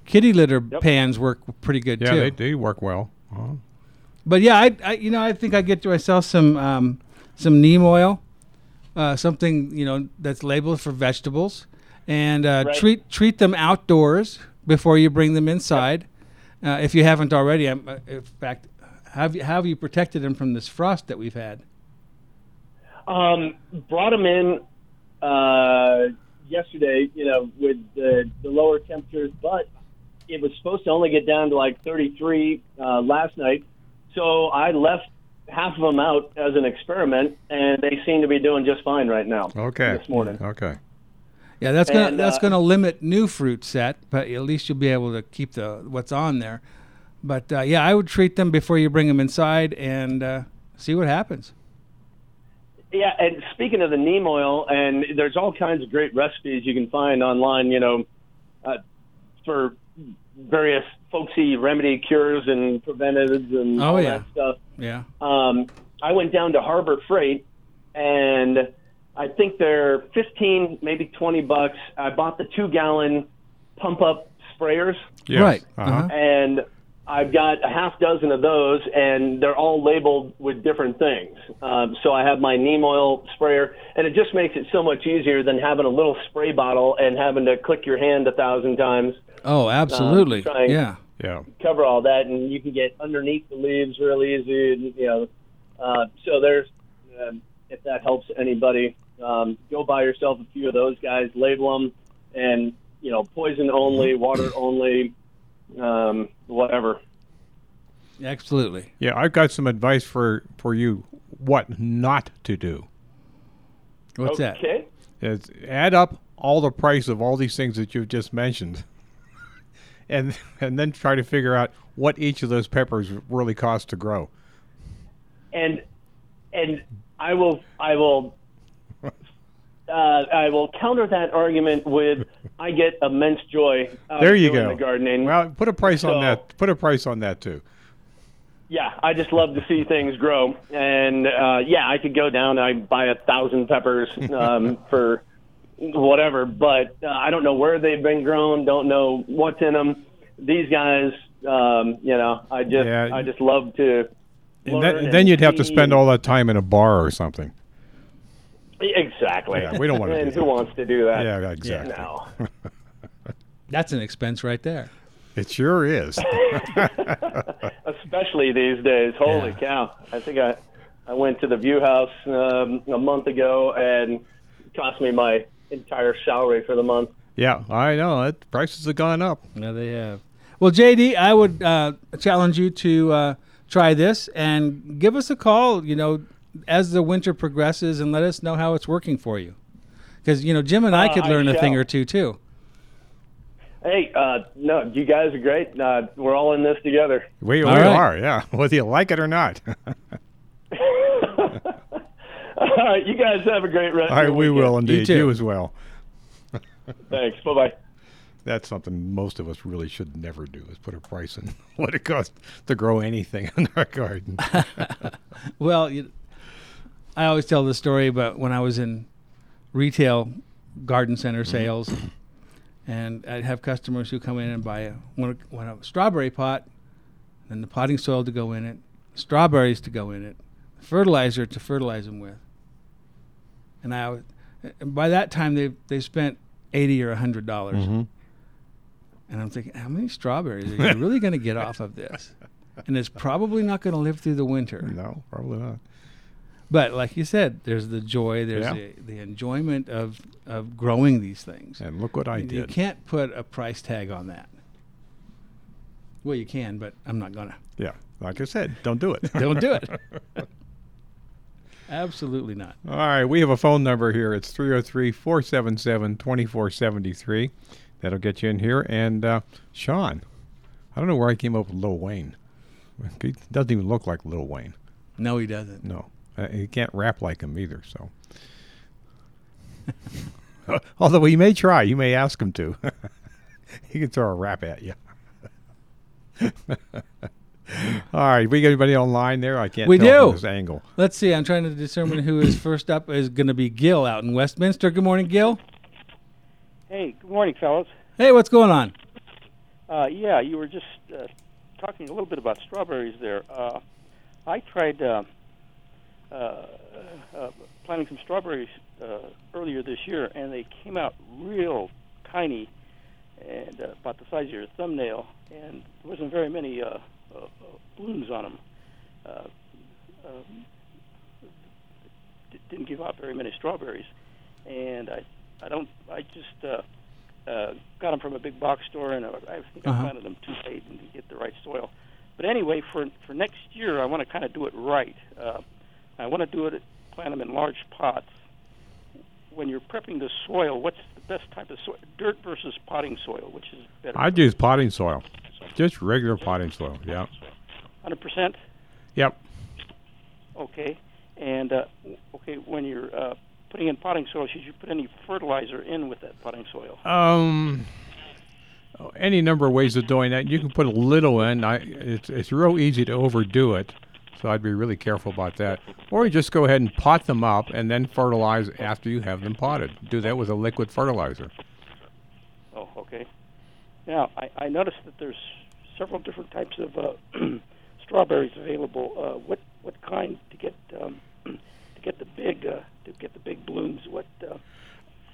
Kitty litter pans work pretty good Yeah, too. they do work well. Uh-huh. But yeah, I, I you know I think I get to myself some um, some neem oil, uh, something you know that's labeled for vegetables, and uh, Right. treat treat them outdoors before you bring them inside, uh, if you haven't already. I'm, uh, in fact, have you have you protected them from this frost that we've had? um, brought them in uh, yesterday. You know, with the, the lower temperatures, but it was supposed to only get down to like 33 uh, last night. So I left half of them out as an experiment, and they seem to be doing just fine right now. Okay. This morning. Okay. Yeah, that's gonna And, that's uh, gonna limit new fruit set, but at least you'll be able to keep the what's on there. But uh, yeah, I would treat them before you bring them inside and uh, see what happens. Yeah, and speaking of the neem oil, and there's all kinds of great recipes you can find online, you know, uh, for various folksy remedy cures and preventatives and Oh, all yeah. that stuff. Yeah. Um, I went down to Harbor Freight, and I think they're 15, maybe 20 bucks. I bought the two gallon pump up sprayers Yes. Right. Uh-huh. Uh-huh. and I've got a half dozen of those, and they're all labeled with different things. Um, so I have my neem oil sprayer, and it just makes it so much easier than having a little spray bottle and having to click your hand a thousand times, Oh, absolutely. trying- yeah. Yeah. cover all that, and you can get underneath the leaves real easy. And, you know, uh, so there's um, if that helps anybody, um, go buy yourself a few of those guys, label them, and you know, poison only, water only, um, whatever. Absolutely. Yeah. I've got some advice for for you. What not to do What's that? Okay. is add up all the price of all these things that you've just mentioned, and and then try to figure out what each of those peppers really cost to grow. and and I will I will uh, I will counter that argument with I get immense joy. Out There of you doing go. The gardening. Well, Uh, put a price So- on that. Put a price on that too. yeah, I just love to see things grow, and uh, yeah, I could go down. I buy a thousand peppers um, for whatever, but uh, I don't know where they've been grown. Don't know what's in them. These guys, um, you know, I just Yeah. I just love to. And learn then, and then you'd have to see. spend all that time in a bar or something. Exactly. Yeah, we don't want to do and that. who wants to do that? Yeah, exactly. No. That's an expense right there. It sure is. especially these days. Holy Yeah. cow! I think I I went to the View House um, a month ago and it cost me my entire salary for the month. yeah, I know. It, prices have gone up. Yeah, they have. Well, JD, I would uh, challenge you to uh, try this and give us a call, you know, as the winter progresses and let us know how it's working for you. Because, you know, Jim and I Uh, could I learn a thing shall. or two, too. Hey, uh, no, you guys are great. Uh, we're all in this together. We, we All right. are, yeah, whether you like it or not. All right, you guys have a great rest. All right, we will indeed. too. as well. Thanks. Bye bye. That's something most of us really should never do is put a price in what it costs to grow anything in our garden. Well, you, I always tell the story about when I was in retail garden center Mm-hmm. sales, and I'd have customers who come in and buy a, want, a, want a strawberry pot, and the potting soil to go in it, strawberries to go in it, fertilizer to fertilize them with. And I, would- and by that time they they spent eighty or hundred dollars. And I'm thinking, how many strawberries are you really going to get off of this? And it's probably not going to live through the winter. no, probably not. But like you said, there's the joy, there's Yeah. the, the enjoyment of, of growing these things. And look what I you did. can't put a price tag on that. Well, you can, but I'm not gonna. Yeah, like I said, don't do it. Don't do it. Absolutely not. All right, we have a phone number here. It's 303 477 2473. That'll get you in here. And uh, Sean, I don't know where I came up with Lil Wayne. He doesn't even look like Lil Wayne. No, he doesn't. No, uh, he can't rap like him either. So, although he may try, you may ask him to. he can throw a rap at you. All right, we got anybody online there? I can't. We tell from do. this angle. Let's see. I'm trying to determine who is first up. Is going to be Gil out in Westminster. Good morning, Gil. Hey, good morning, fellas. Hey, what's going on? Uh, yeah, you were just uh, talking a little bit about strawberries there. Uh, I tried uh, uh, uh, planting some strawberries uh, earlier this year, and they came out real tiny, and uh, about the size of your thumbnail, and there wasn't very many uh, uh, uh, blooms on them. Uh, um, d- didn't give out very many strawberries, and I, I don't, I just. Uh, uh, got them from a big box store, and I, I think Uh-huh. I planted them too late and didn't get the right soil. But anyway, for for next year, I want to kind of do it right. Uh, I want to do it, plant them in large pots. When you're prepping the soil, what's the best type of soil? Dirt versus potting soil, which is better? I'd use potting soil, just regular potting soil. Yeah. Hundred percent. Yep. Okay. And uh, w- okay, when you're uh, putting in potting soil, should you put any fertilizer in with that potting soil? Um, any number of ways of doing that. You can put a little in. I, it's it's real easy to overdo it, so I'd be really careful about that. Or you just go ahead and pot them up and then fertilize after you have them potted. Do that with a liquid fertilizer. Oh, okay. Now, I, I noticed that there's several different types of uh, strawberries available. Uh, what what kind to get um, to get the big uh, to get the big blooms? What uh,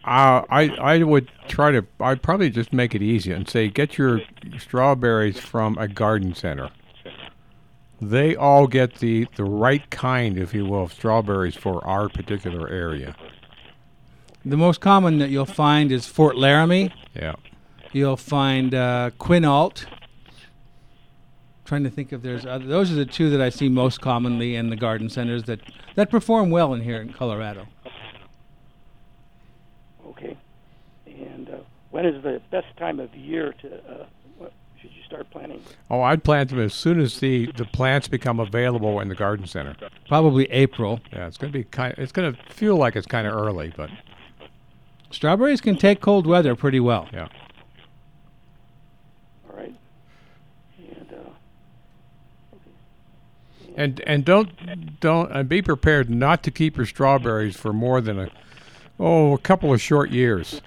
Uh, I I would try to. I'd probably just make it easy and say get your strawberries from a garden center. They all get the the right kind, if you will, of strawberries for our particular area. The most common that you'll find is Fort Laramie. Yeah. You'll find uh, Quinault. Trying to think if there's other. Those are the two that I see most commonly in the garden centers that that perform well in here in Colorado. okay, and uh, when is the best time of year to uh, what, should you start planting? Oh, I'd plant them as soon as the, the plants become available in the garden center. Probably April. Yeah, it's going to be kind. It's going to feel like it's kind of early, but Strawberries can take cold weather pretty well. yeah. All right, and uh, And and don't don't and be prepared not to keep your strawberries for more than a oh a couple of short years.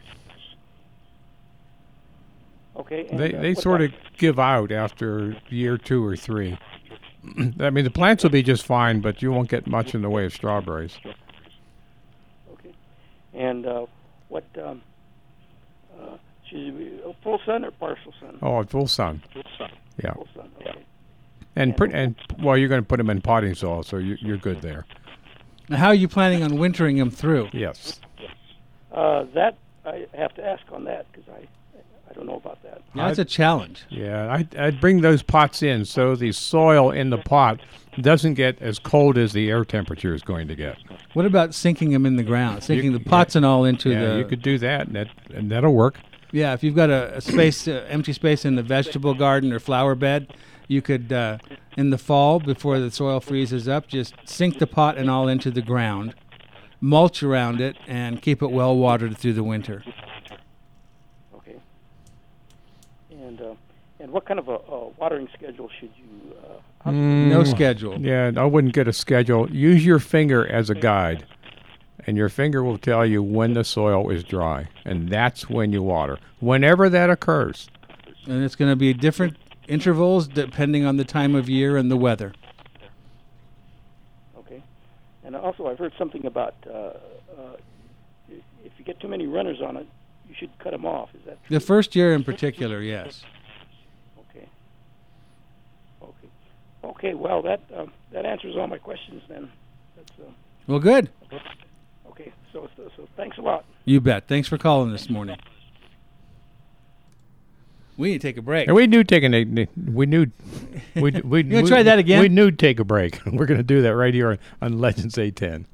okay, and, They uh, they what sort of about- give out after year two or three. I mean, the plants will be just fine, but you won't get much in the way of strawberries. okay, and uh, what um, uh, should you be uh, full sun or partial sun? Oh, at full sun. Yeah, Full sun. Okay. and put and well, you're going to put them in potting soil, so you, you're good there. Now, how are you planning on wintering them through? Yes. Uh, that I have to ask on that because I I don't know about that. Now it's a challenge. Yeah, I'd, I'd bring those pots in so the soil in the pot doesn't get as cold as the air temperature is going to get. What about sinking them in the ground, sinking the pots and all into yeah, the? you could do that, and, that, and that'll work. yeah, if you've got a, a space, uh, empty space in the vegetable garden or flower bed, you could uh, in the fall before the soil freezes up, just sink the pot and all into the ground, mulch around it, and keep it well watered through the winter. Okay. And uh, and what kind of a, a watering schedule should you? Uh, No Mm, schedule. Yeah, I wouldn't get a schedule. Use your finger as a guide, and your finger will tell you when the soil is dry, and that's when you water. Whenever that occurs, And it's going to be different intervals depending on the time of year and the weather. okay. And also, I've heard something about uh, uh, if if you get too many runners on it, you should cut them off. Is that The first year in particular, yes. okay? Okay. Okay. Well, that um, that answers all my questions then. That's, Well, good. uh, okay. So, so so thanks a lot. You bet. Thanks for calling this morning. We need to take a break. and we knew taking a we knew we d- we gonna we- try that again? We knew take a break. We're going to do that right here on Legends Eight Ten.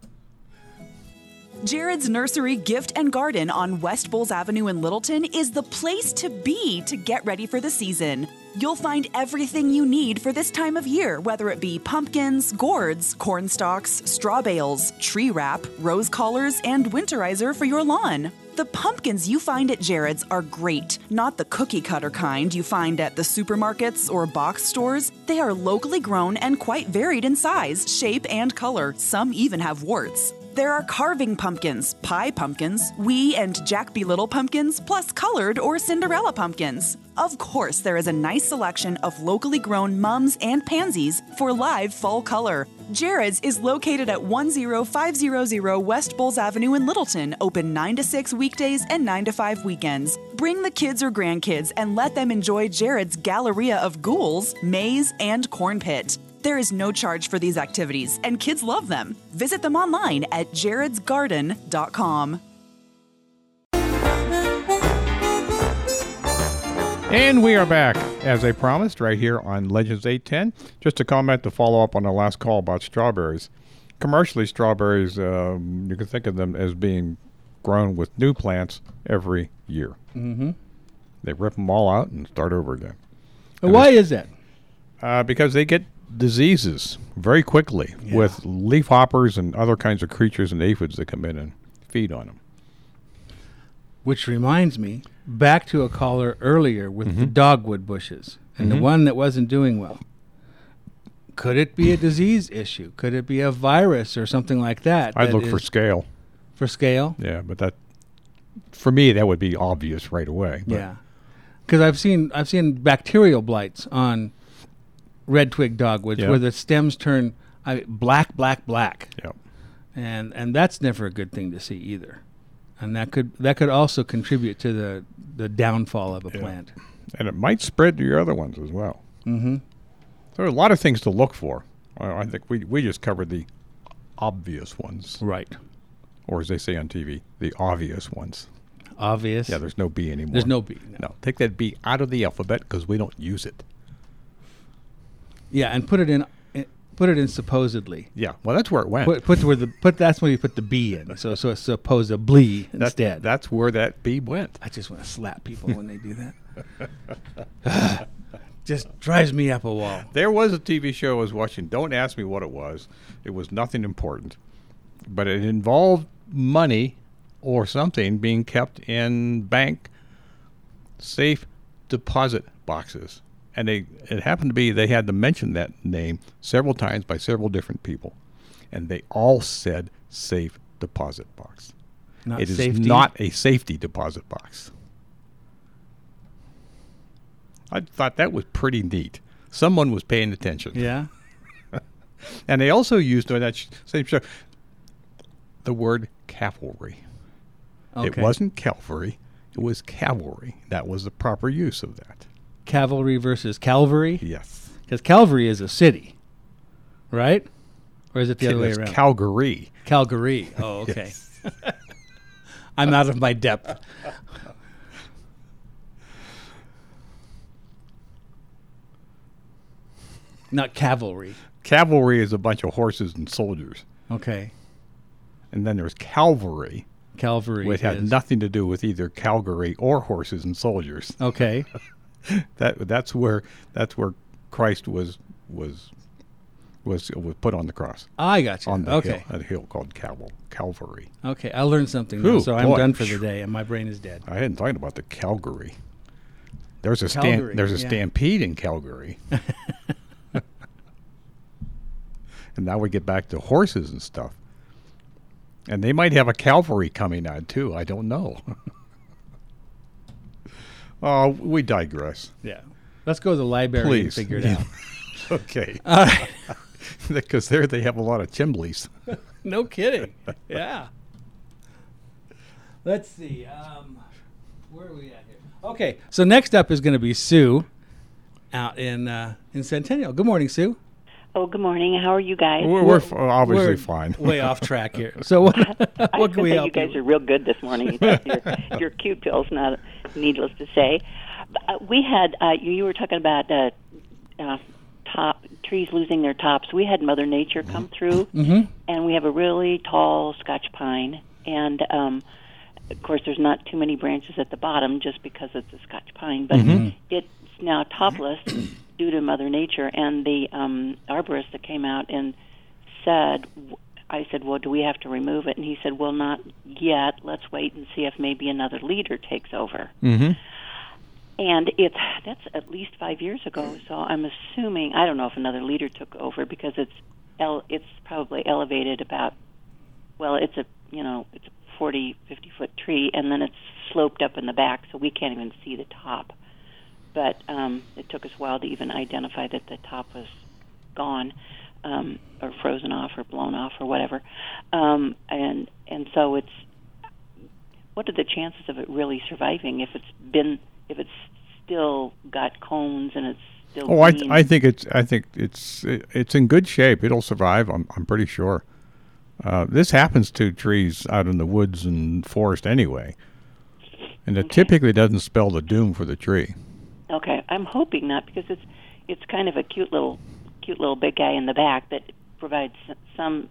Jared's Nursery Gift and Garden on West Bowles Avenue in Littleton is the place to be to get ready for the season. You'll find everything you need for this time of year, whether it be pumpkins, gourds, corn stalks, straw bales, tree wrap, rose collars, and winterizer for your lawn. The pumpkins you find at Jared's are great, not the cookie cutter kind you find at the supermarkets or box stores. They are locally grown and quite varied in size, shape, and color. Some even have warts. There are carving pumpkins, pie pumpkins, wee and Jack Belittle pumpkins, plus colored or Cinderella pumpkins. Of course, there is a nice selection of locally grown mums and pansies for live fall color. Jared's is located at 10500 West Bowles Avenue in Littleton, open 9 to 6 weekdays and 9 to 5 weekends. Bring the kids or grandkids and let them enjoy Jared's Galleria of Ghouls, Maze, and Corn Pit. There is no charge for these activities, and kids love them. Visit them online at jaredsgarden.com. And we are back, as I promised, right here on Legends 810. Just a comment to follow up on the last call about strawberries. Commercially, strawberries, um, you can think of them as being grown with new plants every year. Mm-hmm. They rip them all out and start over again Why is that? uh, because they get diseases very quickly with leafhoppers and other kinds of creatures and aphids that come in and feed on them. Which reminds me, back to a caller earlier with Mm-hmm. the dogwood bushes and the one that wasn't doing well. Could it be a disease issue? Could it be a virus or something like that? I'd that look for is- scale. for scale. Yeah, but that, for me, that would be obvious right away. But Yeah, because I've seen I've seen bacterial blights on red twig dogwoods Yeah. where the stems turn I, black, black, black, Yeah. and and that's never a good thing to see either. And that could that could also contribute to the the downfall of a plant. and it might spread to your other ones as well. Mm-hmm. There are a lot of things to look for. I I think we, we just covered the obvious ones, Right. or as they say on TV, the obvious ones. Obvious. Yeah, there's no B anymore. There's no B. No, take that B out of the alphabet because we don't use it. Yeah, and put it in. in- Put it in supposedly. Yeah, well, that's where it went. Put put where the put that's when you put the B in. So so it's supposedly That- instead. That's where that B went. I just want to slap people when they do that. just drives me up a wall. There was a TV show I was watching. Don't ask me what it was. It was nothing important, but it involved money or something being kept in bank safe deposit boxes, and they it happened to be they had to mention that name several times by several different people, and they all said safe deposit box. Not It is safety. not a safety deposit box. I thought that was pretty neat. Someone was paying attention. Yeah. And they also used on that sh- same show the word cavalry. It Okay. wasn't Calvary, it was cavalry. That was the proper use of that. cavalry versus Calvary Yes. because Calvary is a city, right? Or is it It the other way was around? Calgary. Calgary. Oh, okay. I'm out of my depth. Not cavalry. Cavalry is a bunch of horses and soldiers. Okay. And then there's cavalry, Calvary. which has is- nothing to do with either Calgary or horses and soldiers. Okay. That that's where that's where Christ was was was was put on the cross I got you. on the okay. hill, at a hill called Calv- Calvary. Okay. I learned something. Whew, Now, so I'm boy. done for the day, and my brain is dead. I hadn't thought about the Calgary. There's a Calgary, stamp. There's a yeah. stampede in Calgary. and now we get back to horses and stuff. And they might have a cavalry coming on too. I don't know. oh, we digress. Yeah. Let's go to the library and Please. figure it out. Okay, All right. because there they have a lot of chimblies. No kidding. Yeah. Let's see. Um, where are we at here? Okay. So next up is going to be Sue, out in uh, in Centennial. Good morning, Sue. Oh, good morning. How are you guys? We're, we're f- uh, obviously We're fine. Way off track here. So what, I what was can gonna we say help you guys you are real good this morning. your, your Q pill's not needless to say. But, uh, We had uh, you, you were talking about uh, uh, top trees losing their tops. We had Mother Nature come Mm-hmm. through, and we have a really tall Scotch pine. And um, of course, there's not too many branches at the bottom just because it's a Scotch pine, but Mm-hmm. it's now topless due to Mother Nature. And the um, arborist that came out and said, w- I said, Well, do we have to remove it? And he said, Well, not yet. Let's wait and see if maybe another leader takes over. Mm-hmm. And it's that's at least five years ago, so I'm assuming I don't know if another leader took over because it's el- it's probably elevated about well, it's a you know it's a 40, 50 foot tree, and then it's sloped up in the back, so we can't even see the top. But um, it took us a while to even identify that the top was gone, um, or frozen off, or blown off, or whatever. Um, and and so it's what are the chances of it really surviving if it's been if it's still got cones and it's still Oh, I, green? I think it's I think it's it's in good shape. It'll survive. I'm I'm pretty sure. Uh, this happens to trees out in the woods and forest anyway, and it typically doesn't spell the doom for the tree. Okay, I'm hoping not because it's it's kind of a cute little cute little big guy in the back that provides s- some,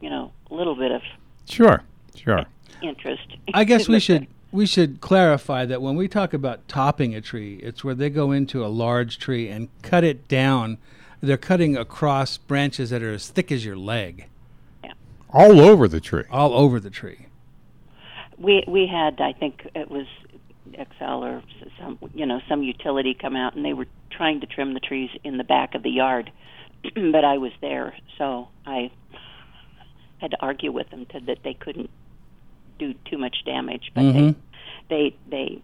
you know, little bit of Sure, sure. interest. uh, I guess we should we should clarify that when we talk about topping a tree, it's where they go into a large tree and cut it down. They're cutting across branches that are as thick as your leg, All over the tree. all over the tree. We we had I think it was Excel or s- some you know some utility come out and they were trying to trim the trees in the back of the yard, but I was there so I had to argue with them to, that they couldn't do too much damage, but Mm-hmm. they they they.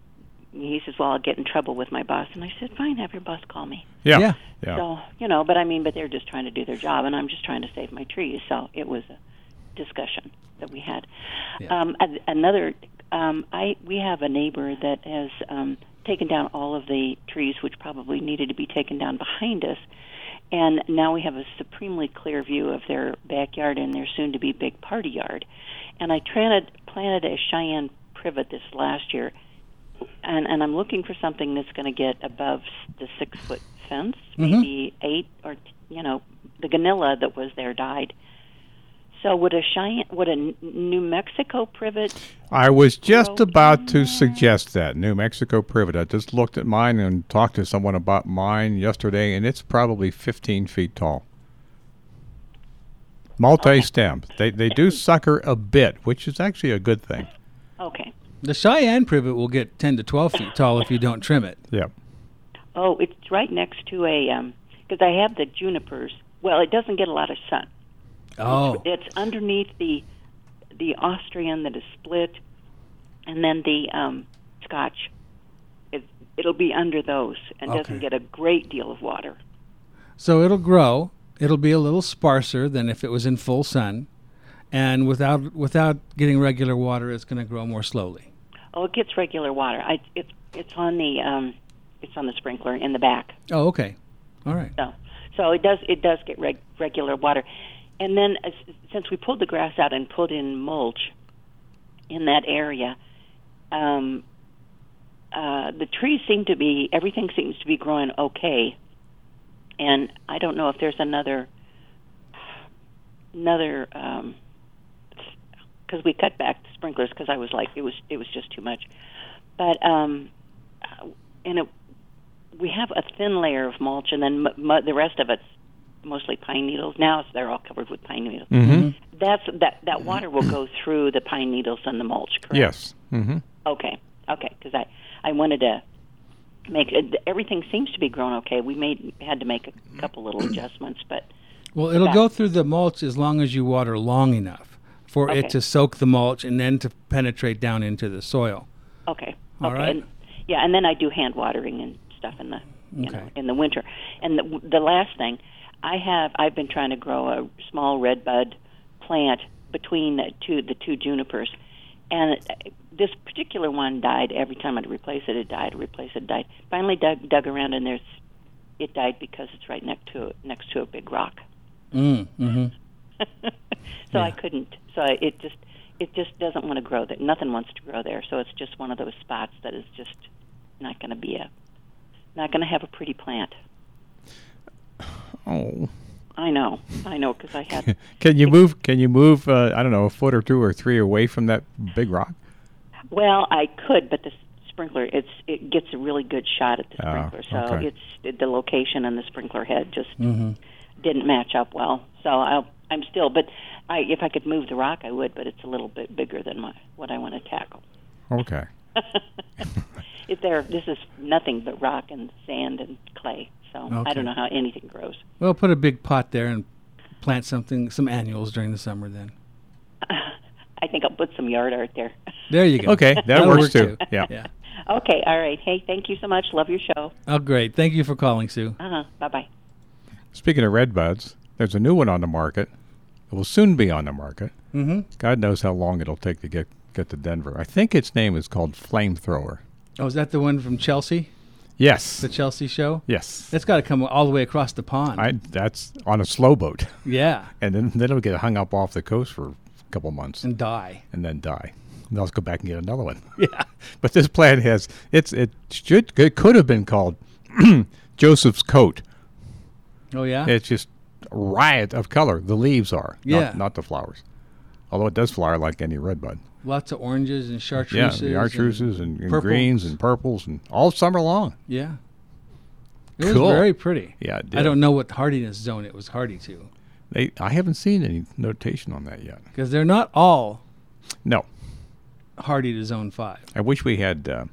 He says, "Well, I'll get in trouble with my boss." And I said, "Fine, have your boss call me." Yeah, Yeah. yeah. So you know, but I mean, but they're just trying to do their job, and I'm just trying to save my trees. So it was a discussion that we had. Um, a- another, um, I we have a neighbor that has um, taken down all of the trees which probably needed to be taken down behind us, and now we have a supremely clear view of their backyard and their soon-to-be big party yard. And I planted planted a Cheyenne privet this last year. And, and I'm looking for something that's going to get above s- the six foot fence, maybe eight or t- you know the ganilla that was there died. So would a Cheyenne, would a N- New Mexico privet? I was just about to suggest that New Mexico privet. I just looked at mine and talked to someone about mine yesterday, and it's probably 15 feet tall. Multi-stem. They they do sucker a bit, which is actually a good thing. Okay. The Cheyenne privet will get 10 to 12 feet tall if you don't trim it. Yeah. Oh, it's right next to a um because I have the junipers. Well, it doesn't get a lot of sun. Oh, It's underneath the the Austrian that is split, and then the um, Scotch. It, it'll be under those and Okay. doesn't get a great deal of water. so it'll grow. It'll be a little sparser than if it was in full sun, and without without getting regular water, it's going to grow more slowly. Oh, it gets regular water. I it's it's on the um it's on the sprinkler in the back. Oh, okay, all right. So so it does it does get reg- regular water. And then as, since we pulled the grass out and put in mulch in that area, um uh the trees seem to be everything seems to be growing okay. and I don't know if there's another another um 'cause we cut back the sprinklers 'cause I was like it was it was just too much, but um, uh, and it, we have a thin layer of mulch, and then m- m- the rest of it's mostly pine needles. Now they're all covered with pine needles. Mm-hmm. Mhm. That's that that water will go through the pine needles and the mulch. Correct? Yes. Mm-hmm. Okay. Okay. Because I I wanted to make it, everything seems to be grown okay. We made had to make a couple little adjustments, but Mm-hmm. Well, it'll Yeah. go through the mulch as long as you water long enough for Okay. it to soak the mulch and then to penetrate down into the soil. okay. All okay. right. And, yeah, and then I do hand watering and stuff in the you know in the winter. And the, the last thing I have I've been trying to grow a small red bud plant between the two the two junipers, and it- this particular one died every time I'd replace it. It died, replace it, died. Finally dug dug around, and there's it died because it's right next to next to a big rock. Mm, hmm So I couldn't. So I, it just it just doesn't want to grow there. Nothing wants to grow there. So it's just one of those spots that is just not going to be a not going to have a pretty plant. Oh. I know. I know because I had Can you move? Can you move? Uh, I don't know, a foot or two or three away from that big rock. well, I could, but the s- sprinkler it's it gets a really good shot at the Ah, sprinkler. So okay. it's the location and the sprinkler head just Mm-hmm. didn't match up well. So I'll, I'm still but I if I could move the rock I would, but it's a little bit bigger than my what I want to tackle. Okay. If there, this is nothing but rock and sand and clay. So I Okay. don't know how anything grows. Well, put a big pot there and plant something, some annuals during the summer. Then I think I'll put some yard art there. there you go. Okay, that That'll works too. work Yeah. Yeah. Okay, all right. Hey, thank you so much. Love your show. Oh, great. Thank you for calling, Sue. Uh huh. Bye bye. Speaking of red buds, there's a new one on the market. It will soon be on the market. Mm-hmm. God knows how long it'll take to get get to Denver. I think its name is called Flamethrower. Oh, is that the one from Chelsea? Yes. The Chelsea show? Yes. That's got to come all the way across the pond. I that's on a slow boat, yeah, and then then it'll get hung up off the coast for a couple months and die. and then die. And I'll go back and get another one. Yeah. but this plant has it's it should it could have been called Joseph's coat. Oh yeah. It's just a riot of color. The leaves are, Yeah. not, not the flowers. Although it does flower like any red bud. Lots of oranges and Yeah, chartreuses. the and- chartreuses and, and purple. greens and purples and all summer long. yeah. It was Cool. very pretty. Yeah, it I did. don't know what hardiness zone it was hardy to, They, I haven't seen any notation on that yet. because they're not all No, hardy to zone five. I wish we had uh,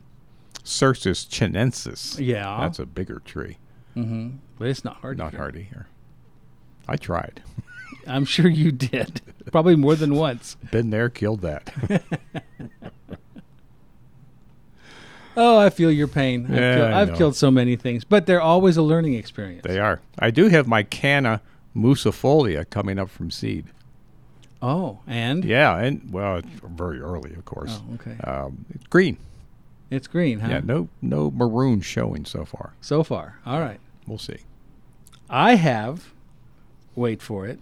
Cirsus chinensis. Yeah. that's a bigger tree, Mm-hmm. But it's not hardy. not here. hardy here. I tried, I'm sure you did, probably more than once. been there, killed that. Oh, I feel your pain. I've, Yeah, kill- I I've know. killed so many things, but they're always a learning experience. they are. I do have my Canna musifolia coming up from seed. Oh, and Yeah, and well, it's very early, of course. Oh, okay. Um, it's green. it's green, huh? Yeah, no, no maroon showing so far. So far, all right. We'll see. I have, wait for it,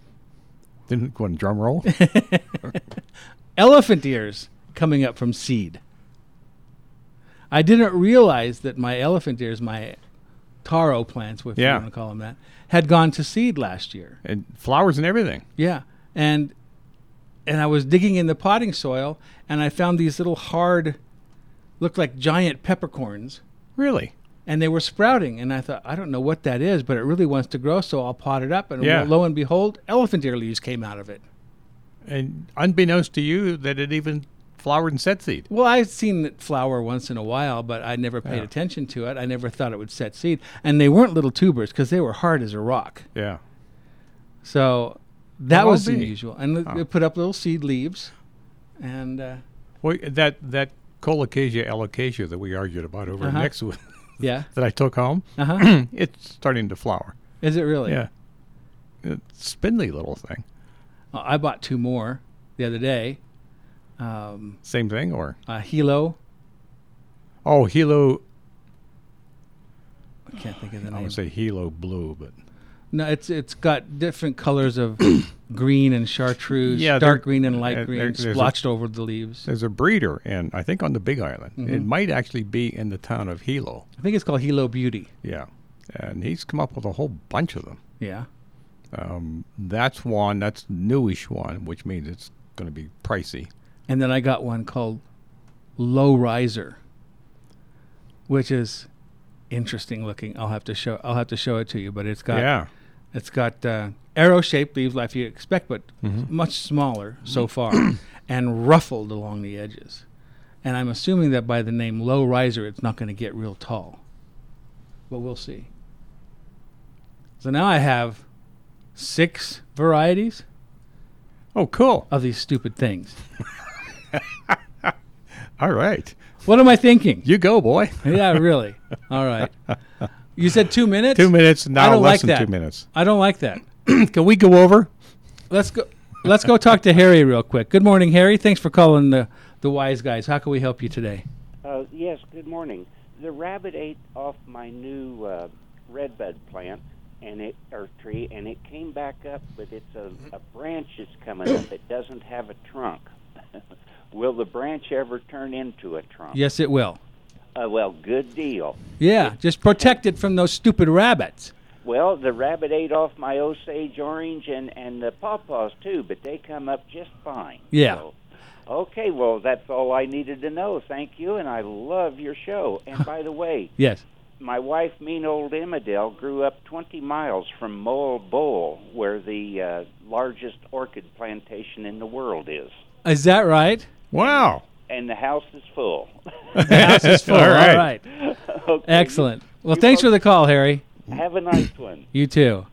Didn't go on drum roll. elephant ears coming up from seed. I didn't realize that my elephant ears, my taro plants, if Yeah. you want to call them that, had gone to seed last year. and flowers and everything. Yeah, and and I was digging in the potting soil, and I found these little hard, looked like giant peppercorns, Really? and they were sprouting. And I thought, I don't know what that is, but it really wants to grow, so I'll pot it up. And Yeah. lo and behold, elephant ear leaves came out of it. And unbeknownst to you, that it even flowered and set seed. Well, I've seen it flower once in a while, but I never paid attention to it. I never thought it would set seed, and they weren't little tubers because they were hard as a rock. Yeah. So that Well, was be. unusual, and they put up little seed leaves, and. Uh, Well, that that colocasia alocasia that we argued about over Uh-huh. next week yeah. that I took home, Uh huh. it's starting to flower. Is it really? Yeah. It's spindly little thing. Uh, I bought two more the other day. Um, Same thing, or uh, Hilo. oh, helo. I can't think of the I name. would say helo blue, but No, it's it's got different colors of green and chartreuse, Yeah, they're- dark green and light uh, green, there- there's a- splotched over the leaves. Mm-hmm. there's a breeder, and I think on the Big Island, it might actually be in the town of Hilo. I think it's called Hilo Beauty. Yeah, and he's come up with a whole bunch of them. Yeah. Um, that's one. That's newish one, which means it's going to be pricey. And then I got one called Low Riser, which is interesting looking. I'll have to show I'll have to show it to you, but it's got Yeah. it's got uh, arrow shaped leaves like you expect, but Mhm. much smaller so far and ruffled along the edges. And I'm assuming that by the name Low Riser, it's not going to get real tall, but we'll see. So now I have six varieties. Oh, cool! Of these stupid things. All right. What am I thinking? You go, boy. yeah, really. All right. You said two minutes. Two minutes, not I don't less like than that. two minutes. I don't like that. Can we go over? Let's go. Let's go talk to Harry real quick. Good morning, Harry. Thanks for calling the the wise guys. How can we help you today? Uh, yes, good morning. The rabbit ate off my new uh, red bud plant and it or tree, and it came back up, but it's a, a branch is coming up. It doesn't have a trunk. will the branch ever turn into a trunk? Yes, it will. Uh, well, good deal. Yeah, just protect it from those stupid rabbits. Well, the rabbit ate off my Osage orange and and the pawpaws too, but they come up just fine. Yeah. So, okay, well that's all I needed to know. Thank you, and I love your show. And by the way, Yes. my wife, mean old Imadel, grew up 20 miles from Mole Bowl, where the uh, largest orchid plantation in the world is. Is that right? Wow. And the house is full. The house is full. All right. Okay. Excellent. Well, thanks for the call, Harry. Have a nice one. You too.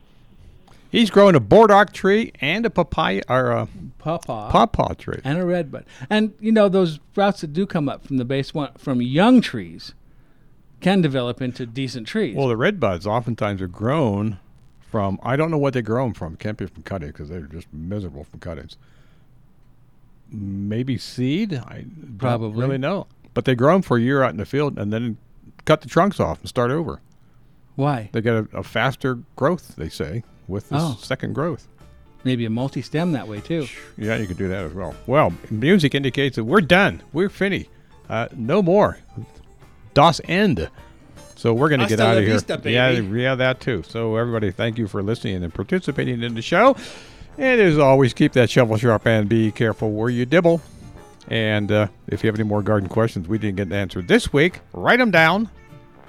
He's growing a burdock tree and a papaya or a Pawpaw. pawpaw tree. and a red bud. And you know those sprouts that do come up from the base one from young trees can develop into decent trees. Well, the red buds oftentimes are grown from I don't know what they grow 'em from. Can't be from cuttings because they're just miserable from cuttings. Maybe seed. I don't Probably. really know, but they grow 'em for a year out in the field and then cut the trunks off and start over. Why? They get a, a faster growth, they say, with this Oh. second growth. Maybe a multi-stem that way too. Yeah, you can do that as well. Well, music indicates that we're done. We're finished. Uh, no more. Das Ende. So we're going to get Hasta out la of here. vista, baby. Yeah, yeah, that too. So everybody, thank you for listening and participating in the show. And as always, keep that shovel sharp and be careful where you dibble. And uh, if you have any more garden questions we didn't get answered this week, write them down,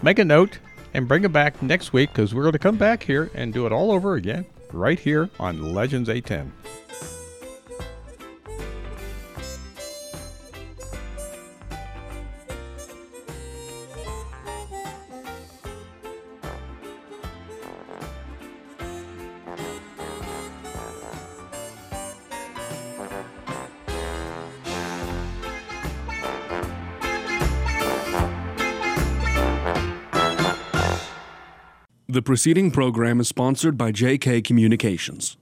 make a note, and bring them back next week because we're going to come back here and do it all over again right here on Legends 810. The preceding program is sponsored by JK Communications.